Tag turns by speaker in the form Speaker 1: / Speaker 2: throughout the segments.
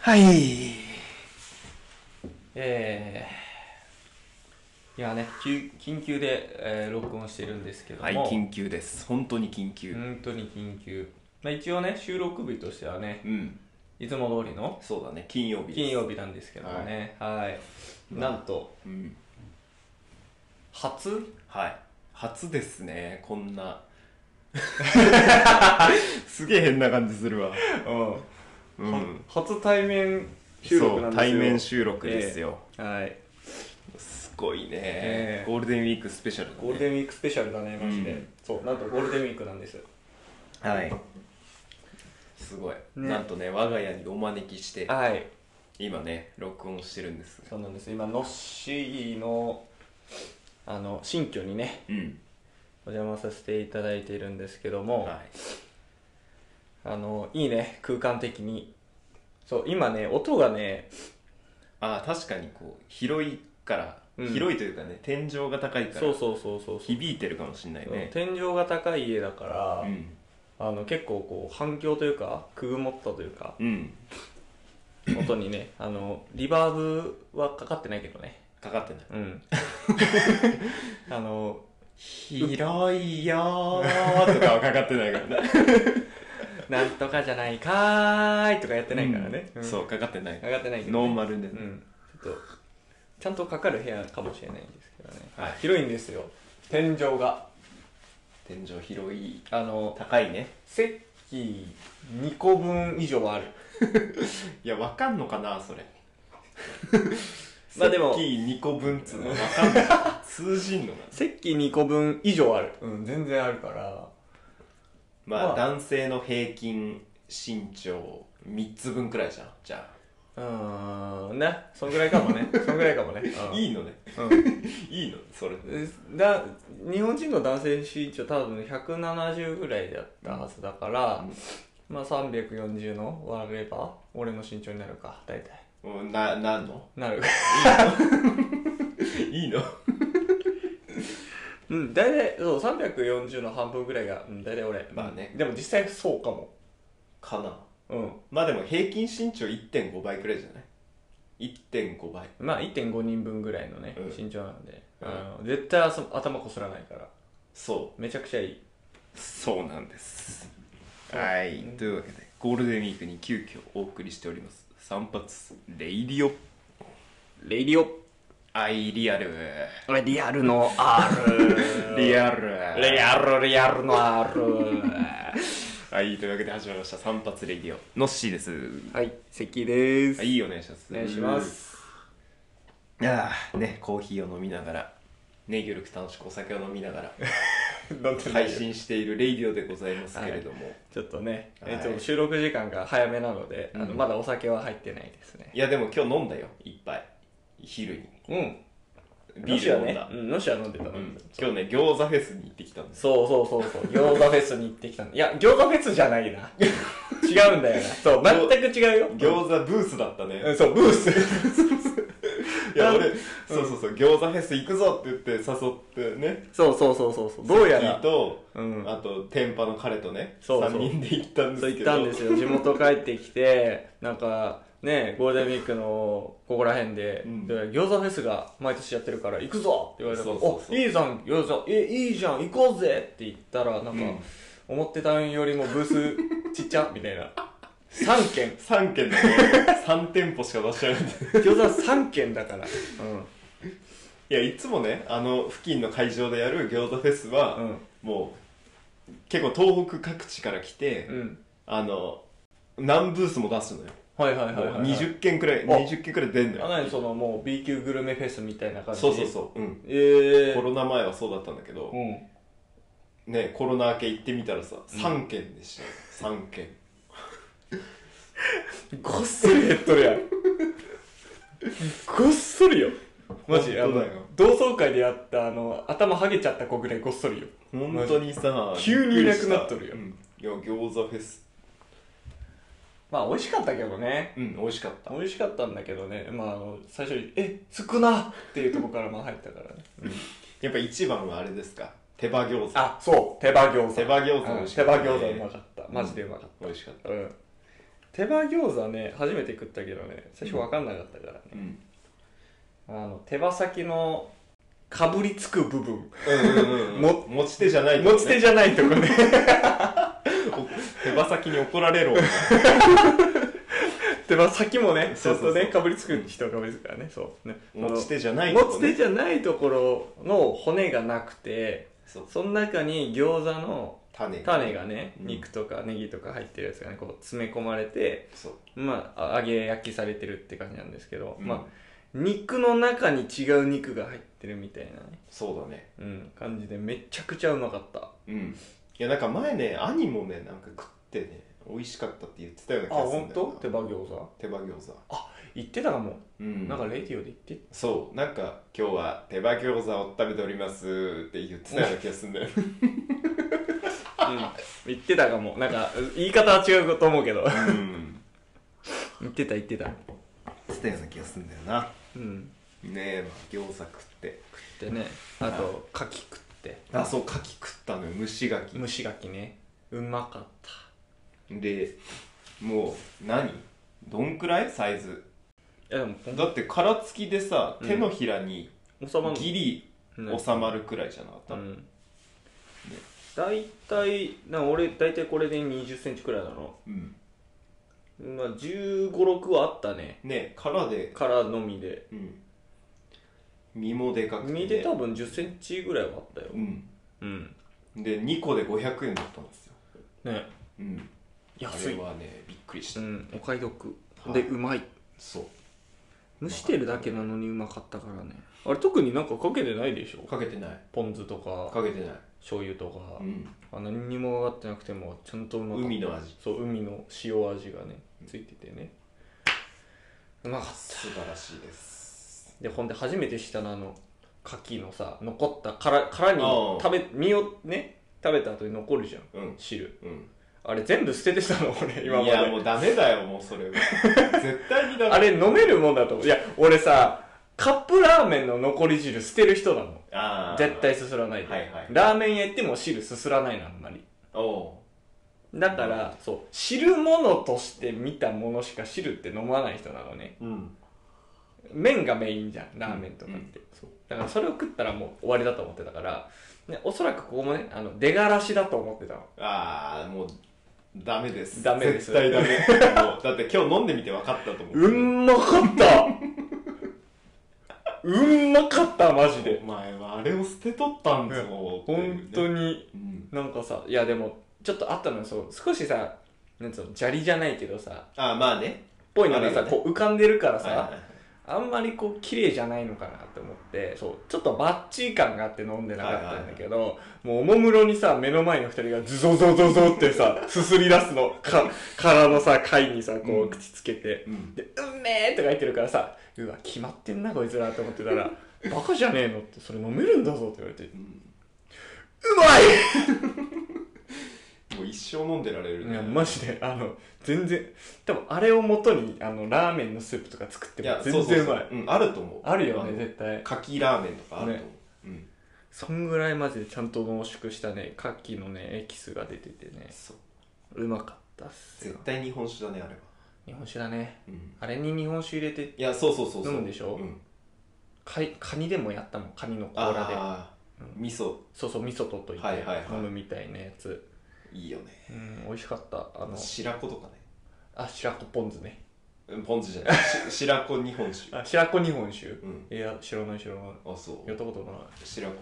Speaker 1: はい。
Speaker 2: えー、いやね、急緊急で、えー録音してるんですけども、
Speaker 1: はい、緊急です。本当に緊急。
Speaker 2: 本当に緊急、まあ、一応ね、収録日としてはね、
Speaker 1: うん。
Speaker 2: いつも通りの
Speaker 1: そうだね、金曜日。
Speaker 2: 金。曜日なんですけどもね、はい、なんと、
Speaker 1: うん。
Speaker 2: 初
Speaker 1: はい。初ですね、こん な。すげえ変な感じするわ。う。
Speaker 2: うん初対面収録な
Speaker 1: そ
Speaker 2: んですよ
Speaker 1: う、対面収録ですよ。
Speaker 2: はい、
Speaker 1: すごいね、
Speaker 2: ええ
Speaker 1: ゴールデンウィークスペシャルだね。
Speaker 2: ゴールデンウィークスペシャルだね、マジで、
Speaker 1: うん
Speaker 2: そう、なんとゴールデンウィークなんですよ。
Speaker 1: はい。すごい、
Speaker 2: ね
Speaker 1: なんとね、我が家にお招きして、
Speaker 2: はい、
Speaker 1: 今ね、録音してるんですが。
Speaker 2: そうなんです、今、のっしーの、あの、新居にね、
Speaker 1: うん。
Speaker 2: お邪魔させていただいているんですけども、
Speaker 1: はい。
Speaker 2: あのいいね空間的にそう今ね音がね
Speaker 1: ああ確かにこう広いから、
Speaker 2: うん
Speaker 1: 広いというかね天井が高いから
Speaker 2: そうそうそうそうそう、
Speaker 1: 響いてるかもしれないね
Speaker 2: 天井が高い家だから、
Speaker 1: うん、
Speaker 2: あの結構こう反響というかくぐもったというか
Speaker 1: うん、
Speaker 2: 音に ねあのリバーブはかかってないけどね
Speaker 1: かかってない
Speaker 2: うん あの
Speaker 1: 広いよーとかはかかってないからね
Speaker 2: なんとかじゃないかーいとかやってないからね、
Speaker 1: うん
Speaker 2: ん
Speaker 1: そうかかってない
Speaker 2: かかってないけど、
Speaker 1: ノーマルで、
Speaker 2: ルうんちょっとちゃんとかかる部屋かもしれないんですけどね、
Speaker 1: はい
Speaker 2: 広いんですよ天井が
Speaker 1: 天井広い
Speaker 2: あの
Speaker 1: 高いね
Speaker 2: 席2個分以上はある
Speaker 1: いやわかんのかなそれ
Speaker 2: まあでも
Speaker 1: さっき2個分っつうのわかんない通じんのかな
Speaker 2: 席2個分以上あるうん全然あるから
Speaker 1: まあ、
Speaker 2: まあ
Speaker 1: 男性の平均身長3つ分くらいじゃんじゃ
Speaker 2: うーんねそんぐらいかも ねそんぐらいかもね、
Speaker 1: あ、
Speaker 2: うん
Speaker 1: いいのね
Speaker 2: う
Speaker 1: いいのそれで
Speaker 2: ん、だ日本人の男性身長多分170ぐらいだったはずだから、まあ340の割れば俺の身長になるか大体
Speaker 1: うんな、なんの
Speaker 2: なる
Speaker 1: いいの
Speaker 2: うん大体そう340の半分ぐらいが、うん、大体俺
Speaker 1: まあね
Speaker 2: でも実際そうかも
Speaker 1: かな
Speaker 2: うん
Speaker 1: まあでも平均身長1.5倍くらいじゃない ?1.5 倍。
Speaker 2: まあ1.5人分ぐらいのね、
Speaker 1: うん
Speaker 2: 身長なんで、
Speaker 1: うん
Speaker 2: あの絶対あそ頭こすらないから
Speaker 1: そ。
Speaker 2: めちゃくちゃいいう
Speaker 1: そうなんです。はい。というわけで、ゴールデンウィークに急遽お送りしております。散髪、レイディオ、
Speaker 2: レイディオ
Speaker 1: アイリアル。
Speaker 2: リアルの R
Speaker 1: リアル。
Speaker 2: リ
Speaker 1: ル。
Speaker 2: アルリアルの R
Speaker 1: はい。というわけで始まりました。散髪レイディオ。のっしーです。
Speaker 2: はい関です、
Speaker 1: はい、お願いします。
Speaker 2: お願いします
Speaker 1: うん。ああ、ね、コーヒーを飲みながら、ね、ゆるく楽しくお酒を飲み な がら、
Speaker 2: なんて
Speaker 1: 配信しているレイディオでございますけれども。
Speaker 2: ちょっとね、
Speaker 1: はい
Speaker 2: えっと収録時間が早めなので、あ
Speaker 1: う
Speaker 2: の
Speaker 1: ん
Speaker 2: まだお酒は入ってないですね
Speaker 1: いやでも今日飲んだよいっぱい昼に
Speaker 2: うん
Speaker 1: ビール飲んだ、
Speaker 2: ロシアねうんロシア飲んでたの、
Speaker 1: うん今日ね餃子フェスに行ってきたんです
Speaker 2: そうそうそうそう餃子フェスに行ってきたのいや餃子フェスじゃな いな違うんだよなそう
Speaker 1: 餃
Speaker 2: 全く違うよ
Speaker 1: 餃子ブースだったね、
Speaker 2: うんそうブース
Speaker 1: いや俺、そうそうそう餃子フェス行くぞって言って誘ってね
Speaker 2: そうそうそうそうそうどうや
Speaker 1: キー
Speaker 2: ら
Speaker 1: と、
Speaker 2: うん
Speaker 1: あと天パの彼とね
Speaker 2: そうそう
Speaker 1: 3人で行ったんで
Speaker 2: そう
Speaker 1: す
Speaker 2: 行
Speaker 1: け
Speaker 2: っ
Speaker 1: ど
Speaker 2: たんですよ地元帰ってきてなんかねゴールデンウィークのここら辺で、
Speaker 1: うん
Speaker 2: で餃子フェスが毎年やってるから行くぞって言われたか
Speaker 1: そ
Speaker 2: ら
Speaker 1: うそうそう
Speaker 2: おいいじゃん餃子えいいじゃん行こうぜって言ったらなんか、
Speaker 1: ん
Speaker 2: 思ってたんよりもブース ちっちゃみたいな3軒
Speaker 1: 3軒だね3 店舗しか出してないんで
Speaker 2: 餃子3軒だからうん
Speaker 1: いやいつもねあの付近の会場でやる餃子フェスは、
Speaker 2: うん
Speaker 1: もう結構東北各地から来て、
Speaker 2: うん
Speaker 1: あの何ブースも出すのよ
Speaker 2: はいはいはい、
Speaker 1: もう
Speaker 2: はい、
Speaker 1: 20件くらい、
Speaker 2: あ
Speaker 1: 20件くらい出んの
Speaker 2: あ
Speaker 1: よ。
Speaker 2: 何そのもう B 級グルメフェスみたいな感じ
Speaker 1: そうそうそう。うん。
Speaker 2: ええ
Speaker 1: コロナ前はそうだったんだけど、
Speaker 2: うん
Speaker 1: ね、コロナ明け行ってみたらさ、3件でしたよ。3件。
Speaker 2: ごっそり減っとるやんごっそりよマジあ
Speaker 1: 本当
Speaker 2: の
Speaker 1: だよ
Speaker 2: 同窓会でやったあの頭ハゲちゃった子ぐらいごっそりよ
Speaker 1: 本当にさ、
Speaker 2: 急にいなくなっ
Speaker 1: び
Speaker 2: とるよ
Speaker 1: くりしたうんいや、餃子フェス。
Speaker 2: まあ美味しかったけどね
Speaker 1: うん、美味しかった。
Speaker 2: 美味しかったんだけどねまああの最初に「え少な!」っていうとこからまあ入ったからね、
Speaker 1: やっぱ一番はあれですか手羽餃子。
Speaker 2: あそう手羽餃子
Speaker 1: 手羽餃子
Speaker 2: う
Speaker 1: 美
Speaker 2: ん
Speaker 1: 味し
Speaker 2: 手
Speaker 1: かった
Speaker 2: 羽
Speaker 1: ね。
Speaker 2: 餃子うまかったマジでうまかっ
Speaker 1: 美味しかった。
Speaker 2: たうん手羽餃子ね初めて食ったけどね最初分かんなかったからね、
Speaker 1: うん
Speaker 2: あの手羽先のかぶりつく部分
Speaker 1: うん
Speaker 2: も
Speaker 1: も持ち手じゃないとこね
Speaker 2: 持ち手じゃないとこね
Speaker 1: 手羽先に怒られ ろ
Speaker 2: 手羽先もねち
Speaker 1: そ
Speaker 2: ょ
Speaker 1: う
Speaker 2: っ
Speaker 1: そうそ
Speaker 2: と
Speaker 1: う
Speaker 2: ねかぶりつく人はかぶりつくからねそうね
Speaker 1: 持ち手じゃない
Speaker 2: 持ち手
Speaker 1: 手
Speaker 2: じゃないところの骨がなくて
Speaker 1: そう
Speaker 2: その中に餃子の
Speaker 1: 種
Speaker 2: 種がね
Speaker 1: うん
Speaker 2: 肉とかネギとか入ってるやつがねこう詰め込まれて
Speaker 1: そう
Speaker 2: まああ揚げ焼きされてるって感じなんですけど、
Speaker 1: うん
Speaker 2: まあ肉の中に違う肉が入ってるみたいなね、
Speaker 1: そうだね
Speaker 2: うん、感じでめちゃくちゃうまかった
Speaker 1: うんいやなんか前ね兄もねなんか食ってね美味しかったって言ってたような気
Speaker 2: あ
Speaker 1: がする
Speaker 2: 本
Speaker 1: んだ
Speaker 2: 当
Speaker 1: よな
Speaker 2: 手羽餃子
Speaker 1: 手羽餃子
Speaker 2: 言ってたかも、
Speaker 1: うん
Speaker 2: なんかレディオで言って
Speaker 1: そうなんか今日は手羽餃子を食べておりますって言ってたような気がするんだよね
Speaker 2: うん言ってたかもなんか言い方は違うと思うけど
Speaker 1: うん
Speaker 2: 言ってた言ってた
Speaker 1: 言ってたような気がするんだよな
Speaker 2: うん
Speaker 1: ねえ、まあ、餃子食って
Speaker 2: でねあと牡蠣食って
Speaker 1: あそう牡蠣食ったのよ蒸し牡蠣
Speaker 2: 蒸し牡蠣ねうまかった
Speaker 1: でもう何どんくらいサイズ
Speaker 2: いやでもほん
Speaker 1: だって殻付きでさ
Speaker 2: うん
Speaker 1: 手のひらに
Speaker 2: 収まんの
Speaker 1: ギリ
Speaker 2: ない
Speaker 1: 収まるくらいじゃなかった、
Speaker 2: うん大体なんか俺大体これで2 0ンチくらいなの
Speaker 1: うん
Speaker 2: まあ1 5六6はあったね
Speaker 1: ね殻で、
Speaker 2: からのみで
Speaker 1: うん、身もでかくて、ね、
Speaker 2: 身で多分1 0ンチぐらいはあったよ
Speaker 1: うん
Speaker 2: うん
Speaker 1: で2個で500円だったんですよ
Speaker 2: ね
Speaker 1: うんあ
Speaker 2: 安
Speaker 1: れ
Speaker 2: い
Speaker 1: はねびっくりした、
Speaker 2: うんお買い得
Speaker 1: はい
Speaker 2: でうまい
Speaker 1: そう
Speaker 2: 蒸してるだけなのにうまかったからねあれ特になんかかけてないでしょ
Speaker 1: かけてない
Speaker 2: ポン酢とか
Speaker 1: かけてない、
Speaker 2: 醤油とか
Speaker 1: う、ん、
Speaker 2: あ何にも上がってなくてもちゃんとうまかった
Speaker 1: 海の味
Speaker 2: そう海の塩味がねついててねうまかった
Speaker 1: 素晴らしいです
Speaker 2: でほんで初めてしたのあの牡蠣のさ残った殻殻に
Speaker 1: ああ
Speaker 2: 食べ身をね食べた後に残るじゃん
Speaker 1: うん
Speaker 2: 汁
Speaker 1: うん
Speaker 2: あれ全部捨ててたの俺今ま
Speaker 1: い
Speaker 2: で
Speaker 1: やもうダメだよもうそれ は絶対にダメ
Speaker 2: あれ飲めるもんだと思ういや俺さカップラーメンの残り汁捨てる人なの
Speaker 1: あー
Speaker 2: 絶対すすらないで、
Speaker 1: はいはい
Speaker 2: ラーメン屋行っても汁すすらないのあんまり
Speaker 1: おお
Speaker 2: だから、そう汁物として見たものしか汁って飲まない人なのね
Speaker 1: ううん
Speaker 2: 麺がメインじゃんラーメンとかって、
Speaker 1: うんうん
Speaker 2: そうだからそれを食ったらもう終わりだと思ってたから、ね、おそらくここもねあの出がらしだと思ってたの
Speaker 1: ああもうダメです
Speaker 2: ダメです
Speaker 1: 絶対ダメもうだって今日飲んでみて分かったと思う
Speaker 2: うんまかった うんまかったマジで
Speaker 1: お前はあれを捨てとったんぞっていうね
Speaker 2: 本当に
Speaker 1: うん
Speaker 2: なんかさいやでもちょっとあったのよそう少しさなんつうの砂利じゃないけどさ
Speaker 1: ああまあね
Speaker 2: ぽいのが
Speaker 1: ある
Speaker 2: さ、
Speaker 1: よね
Speaker 2: こう浮かんでるからさ、
Speaker 1: はいはいはい
Speaker 2: あんまりこう綺麗じゃないのかなって思ってそうちょっとバッチリ感があって飲んでなかったんだけど、もうおもむろにさ目の前の二人がズゾゾゾゾって さすすり出すのか殻のさ貝にさこ
Speaker 1: う
Speaker 2: うん口つけて、
Speaker 1: うん
Speaker 2: で「うんめー」とか言ってるからさ「うわ決まってんなこいつら」と思ってたら「バカじゃねえの」って「それ飲めるんだぞ」って言われて「
Speaker 1: うん
Speaker 2: うまい!」
Speaker 1: もう一生飲んでられる
Speaker 2: い
Speaker 1: ね
Speaker 2: やマジであの全然多分あれを元にあのラーメンのスープとか作って
Speaker 1: い
Speaker 2: も
Speaker 1: や
Speaker 2: 全
Speaker 1: そうそう
Speaker 2: 然
Speaker 1: そう
Speaker 2: まいう
Speaker 1: うんあると思う
Speaker 2: あるよね
Speaker 1: の
Speaker 2: 絶対
Speaker 1: かきラーメンとかあると思う、うん
Speaker 2: そんぐらいマジでちゃんと濃縮したね牡蠣のねエキスが出ててね
Speaker 1: そう
Speaker 2: うまかったっすよ
Speaker 1: 絶対日本酒だねあれは、
Speaker 2: 日本酒だね
Speaker 1: うん、
Speaker 2: あれに日本酒入れて
Speaker 1: いやそうそうそうそう
Speaker 2: 飲むでしょ
Speaker 1: うん、
Speaker 2: かいカニでもやったもんカニの甲羅で
Speaker 1: ああ、味噌
Speaker 2: そうそう味噌とっといて
Speaker 1: はいはいはい
Speaker 2: 飲むみたいなやつ
Speaker 1: いいよね
Speaker 2: うん美味しかったあの
Speaker 1: 白子とかね
Speaker 2: あ白子ポン酢ね
Speaker 1: うんポン酢じゃない し白子日本酒
Speaker 2: あ白子日本酒
Speaker 1: うん
Speaker 2: いや知らない知らない
Speaker 1: あそう
Speaker 2: やったことない
Speaker 1: 白子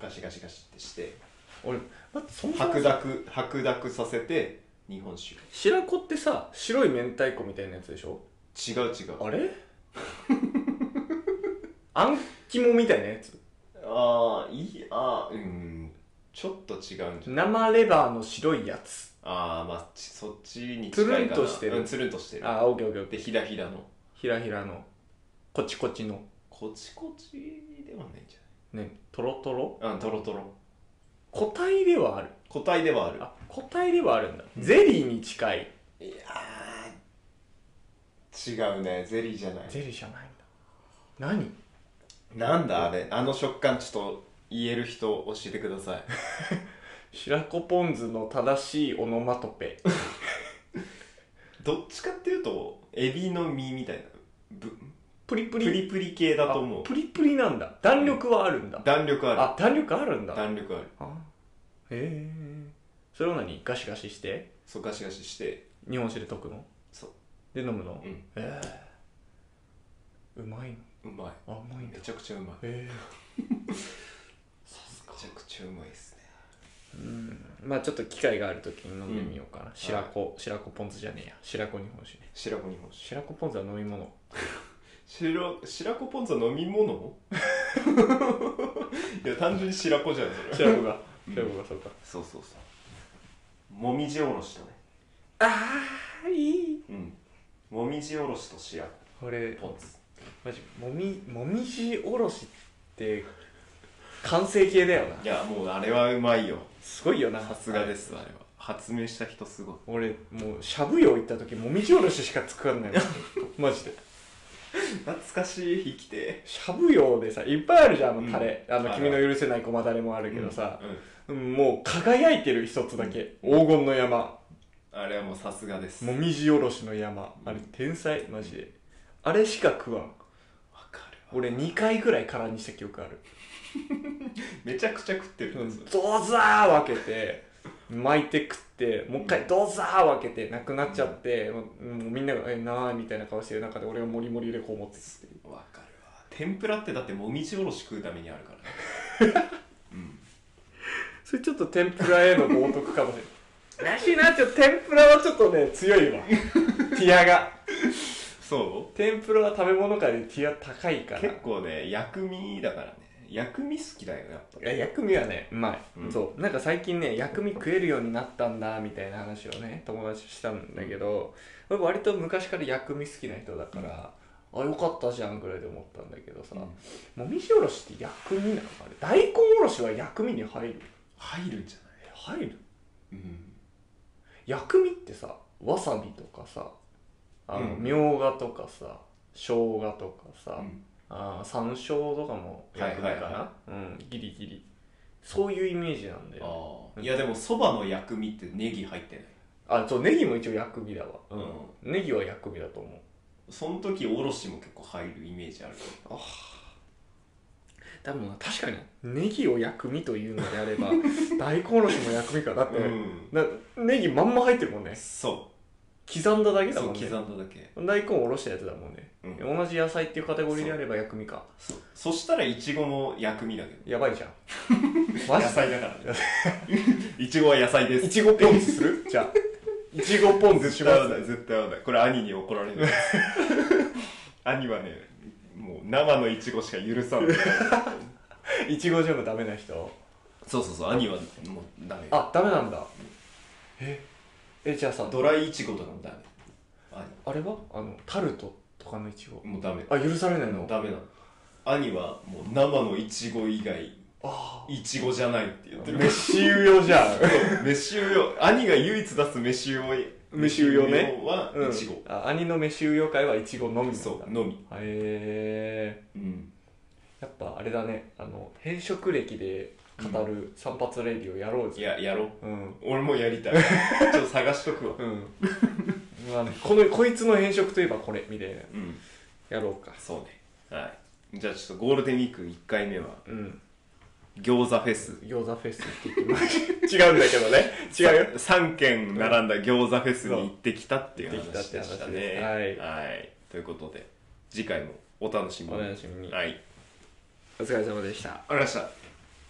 Speaker 1: ガシガシガシってして
Speaker 2: 俺だってそんな
Speaker 1: 白濁白濁させて日本酒
Speaker 2: 白子ってさ白い明太子みたいなやつでしょ
Speaker 1: 違う違う
Speaker 2: あれあん肝みたいなやつ
Speaker 1: ああいいあーうんちょっと違うんじゃない
Speaker 2: 生レバーの白いやつ
Speaker 1: ああまあちそっちに近いかな
Speaker 2: つるんとしてる
Speaker 1: うん、つるんとしてる
Speaker 2: あオッケーオッケーオッケ
Speaker 1: で
Speaker 2: ー
Speaker 1: ひらひらの
Speaker 2: ひらひらのこちこちの
Speaker 1: こちこちではないんじ
Speaker 2: ねとろとろ
Speaker 1: ゃないうんとろとろ
Speaker 2: 個体ではある
Speaker 1: 個体ではある
Speaker 2: あ個体ではあるんだゼリーに近い
Speaker 1: いやー違うねゼリーじゃない
Speaker 2: ゼリーじゃないんだ何
Speaker 1: なんだあれあの食感ちょっと言える人教えてください
Speaker 2: 白子ポン酢の正しいオノマトペ
Speaker 1: どっちかっていうとエビの身みたいなぶ
Speaker 2: プリプ
Speaker 1: プ
Speaker 2: リ
Speaker 1: リプリ系だと思
Speaker 2: あ
Speaker 1: う
Speaker 2: プリプリなんだ弾力はあるんだ、
Speaker 1: 弾力あ
Speaker 2: あ弾力あるん
Speaker 1: る
Speaker 2: だ
Speaker 1: 弾力ある
Speaker 2: あへえそれを何ガシガシして
Speaker 1: そうガシガシして
Speaker 2: 日本酒で溶くの
Speaker 1: そう
Speaker 2: で飲むの、
Speaker 1: うん
Speaker 2: ええうまいの
Speaker 1: うま
Speaker 2: あうまい
Speaker 1: い
Speaker 2: んだ
Speaker 1: めちゃくちゃうまい
Speaker 2: え
Speaker 1: めちゃくちゃうまいですね
Speaker 2: えうんまあちょっと機会がある時に飲んでみようかな、白子白子ポン酢じゃねえや白子日本酒ね
Speaker 1: 白子日本酒
Speaker 2: 白子ポン酢は飲み物
Speaker 1: 白白子ポン酢は飲み物 いや単純に白子じゃんそれ
Speaker 2: 白子が
Speaker 1: うん
Speaker 2: 白子がそうか、
Speaker 1: そうそうそうもみじおろしとね
Speaker 2: ああいい
Speaker 1: うんもみじおろしと白子
Speaker 2: これ
Speaker 1: ポン酢
Speaker 2: マジもみもみじおろしって完成形だよない
Speaker 1: やもうあれはうまいよ
Speaker 2: すごいよな
Speaker 1: さすがですあれは発明した人すごい
Speaker 2: 俺もうしゃぶよ行った時もみじおろししか作ら ないもんマジで
Speaker 1: 懐かしい生きて
Speaker 2: しゃぶよでさいっぱいあるじゃんあのタレ、
Speaker 1: うん
Speaker 2: あの
Speaker 1: ある
Speaker 2: 君の許せない駒タレもあるけどさ、
Speaker 1: うんうん
Speaker 2: うんもう輝いてる一つだけ、黄金の山
Speaker 1: あれはもうさすがです
Speaker 2: もみじおろしの山あれ天才マジであれしか食わん
Speaker 1: わかるわ
Speaker 2: 俺2回ぐらい空にした記憶ある
Speaker 1: めちゃくちゃ食ってる
Speaker 2: うん
Speaker 1: んですよ
Speaker 2: ドザー分けて巻いて食ってもう一回ドザー分けてなくなっちゃって、もうもうみんなが「えなー」みたいな顔してる中で俺はモリモリでこう持ってつって
Speaker 1: わかるわ天ぷらってだってもみじおろし食うためにあるからねうん
Speaker 2: それちょっと天ぷらへの冒涜かもしれないらしいなちょっと天ぷらはちょっとね強いわ ティアが
Speaker 1: そう
Speaker 2: 天ぷらは食べ物界でティア高いから
Speaker 1: 結構ね薬味だからね薬味好きだよやっぱ
Speaker 2: いや薬味はねうまい、
Speaker 1: うん
Speaker 2: そうなんか最近ね薬味食えるようになったんだみたいな話をね友達としたんだけど、俺割と昔から薬味好きな人だから、あよかったじゃんぐらいで思ったんだけどさ、もみじおろしって薬味なのあれ大根おろしは薬味に入る
Speaker 1: 入るんじゃない
Speaker 2: 入る
Speaker 1: うん
Speaker 2: 薬味ってさわさびとかさあの、
Speaker 1: うん
Speaker 2: みょうがとかさ生姜とかさ、
Speaker 1: うん
Speaker 2: あー山椒とかも薬味かな、
Speaker 1: はいはいは
Speaker 2: うんギリギリそういうイメージなんだよ
Speaker 1: あ
Speaker 2: ね
Speaker 1: あいやでもそばの薬味ってネギ入ってない
Speaker 2: あそうネギも一応薬味だわ、
Speaker 1: うん
Speaker 2: ネギは薬味だと思う
Speaker 1: その時おろしも結構入るイメージある
Speaker 2: でもな確かにネギを薬味というので あれば大根おろしも薬味かだって、
Speaker 1: うん
Speaker 2: なネギまんま入ってるもんね
Speaker 1: そ
Speaker 2: 刻んだだ
Speaker 1: う
Speaker 2: けだ
Speaker 1: そう
Speaker 2: もん
Speaker 1: 刻
Speaker 2: ね
Speaker 1: んだだけ
Speaker 2: 大根おろしたやつだもんね、
Speaker 1: うん
Speaker 2: 同じ野菜っていうカテゴリーであれば薬味か
Speaker 1: そうそしたらいちごも薬味だけど
Speaker 2: やばいじゃんマ
Speaker 1: 野
Speaker 2: ジで
Speaker 1: 菜だからねいちごは野菜です
Speaker 2: いちごポン酢 するじゃあいちごポン酢し
Speaker 1: 絶
Speaker 2: ま
Speaker 1: 対合
Speaker 2: す
Speaker 1: わない絶対合わないこれ兄に怒ら れる兄はねもう生のいちごしか許さない
Speaker 2: いちごジャムダメな人
Speaker 1: そうそうそう兄はもうダメ
Speaker 2: あダメなんだええじゃあさ
Speaker 1: ドライイチゴとかもダメ兄
Speaker 2: あれはあのタルトとかのいちご
Speaker 1: もうダメ
Speaker 2: あ許されないの
Speaker 1: ダメなの兄はもう生のいちご以外
Speaker 2: あ
Speaker 1: いちごじゃないって言 ってる
Speaker 2: 飯用じゃん
Speaker 1: 飯用よ兄が唯一出す飯用
Speaker 2: 飯用ね
Speaker 1: は
Speaker 2: うん
Speaker 1: いちご
Speaker 2: あ兄の飯用会はいちごのみなんだ
Speaker 1: そう
Speaker 2: へ
Speaker 1: のみ
Speaker 2: え
Speaker 1: うん
Speaker 2: やっぱあれだねあの変色歴で語る散髪レディをやろう
Speaker 1: い
Speaker 2: ぜ
Speaker 1: ややろう
Speaker 2: うん
Speaker 1: 俺もやり たいちょっと探しとくわ
Speaker 2: うん まあねこのこいつの変色といえばこれみたいな
Speaker 1: うん
Speaker 2: やろうか
Speaker 1: そうねはいじゃあちょっとゴールデンウィーク1回目は
Speaker 2: うん
Speaker 1: 餃子フェス
Speaker 2: 餃子フェス行ってきまし 違うんだけどね違うよ
Speaker 1: 3軒並んだ餃子フェスに行ってきたっていう
Speaker 2: 行ってきたっ
Speaker 1: 話で
Speaker 2: て話
Speaker 1: した
Speaker 2: で
Speaker 1: ね
Speaker 2: すはい
Speaker 1: はいということで次回もお楽しみに
Speaker 2: お楽しみに
Speaker 1: はい
Speaker 2: お疲れ様でした
Speaker 1: ありがとうございました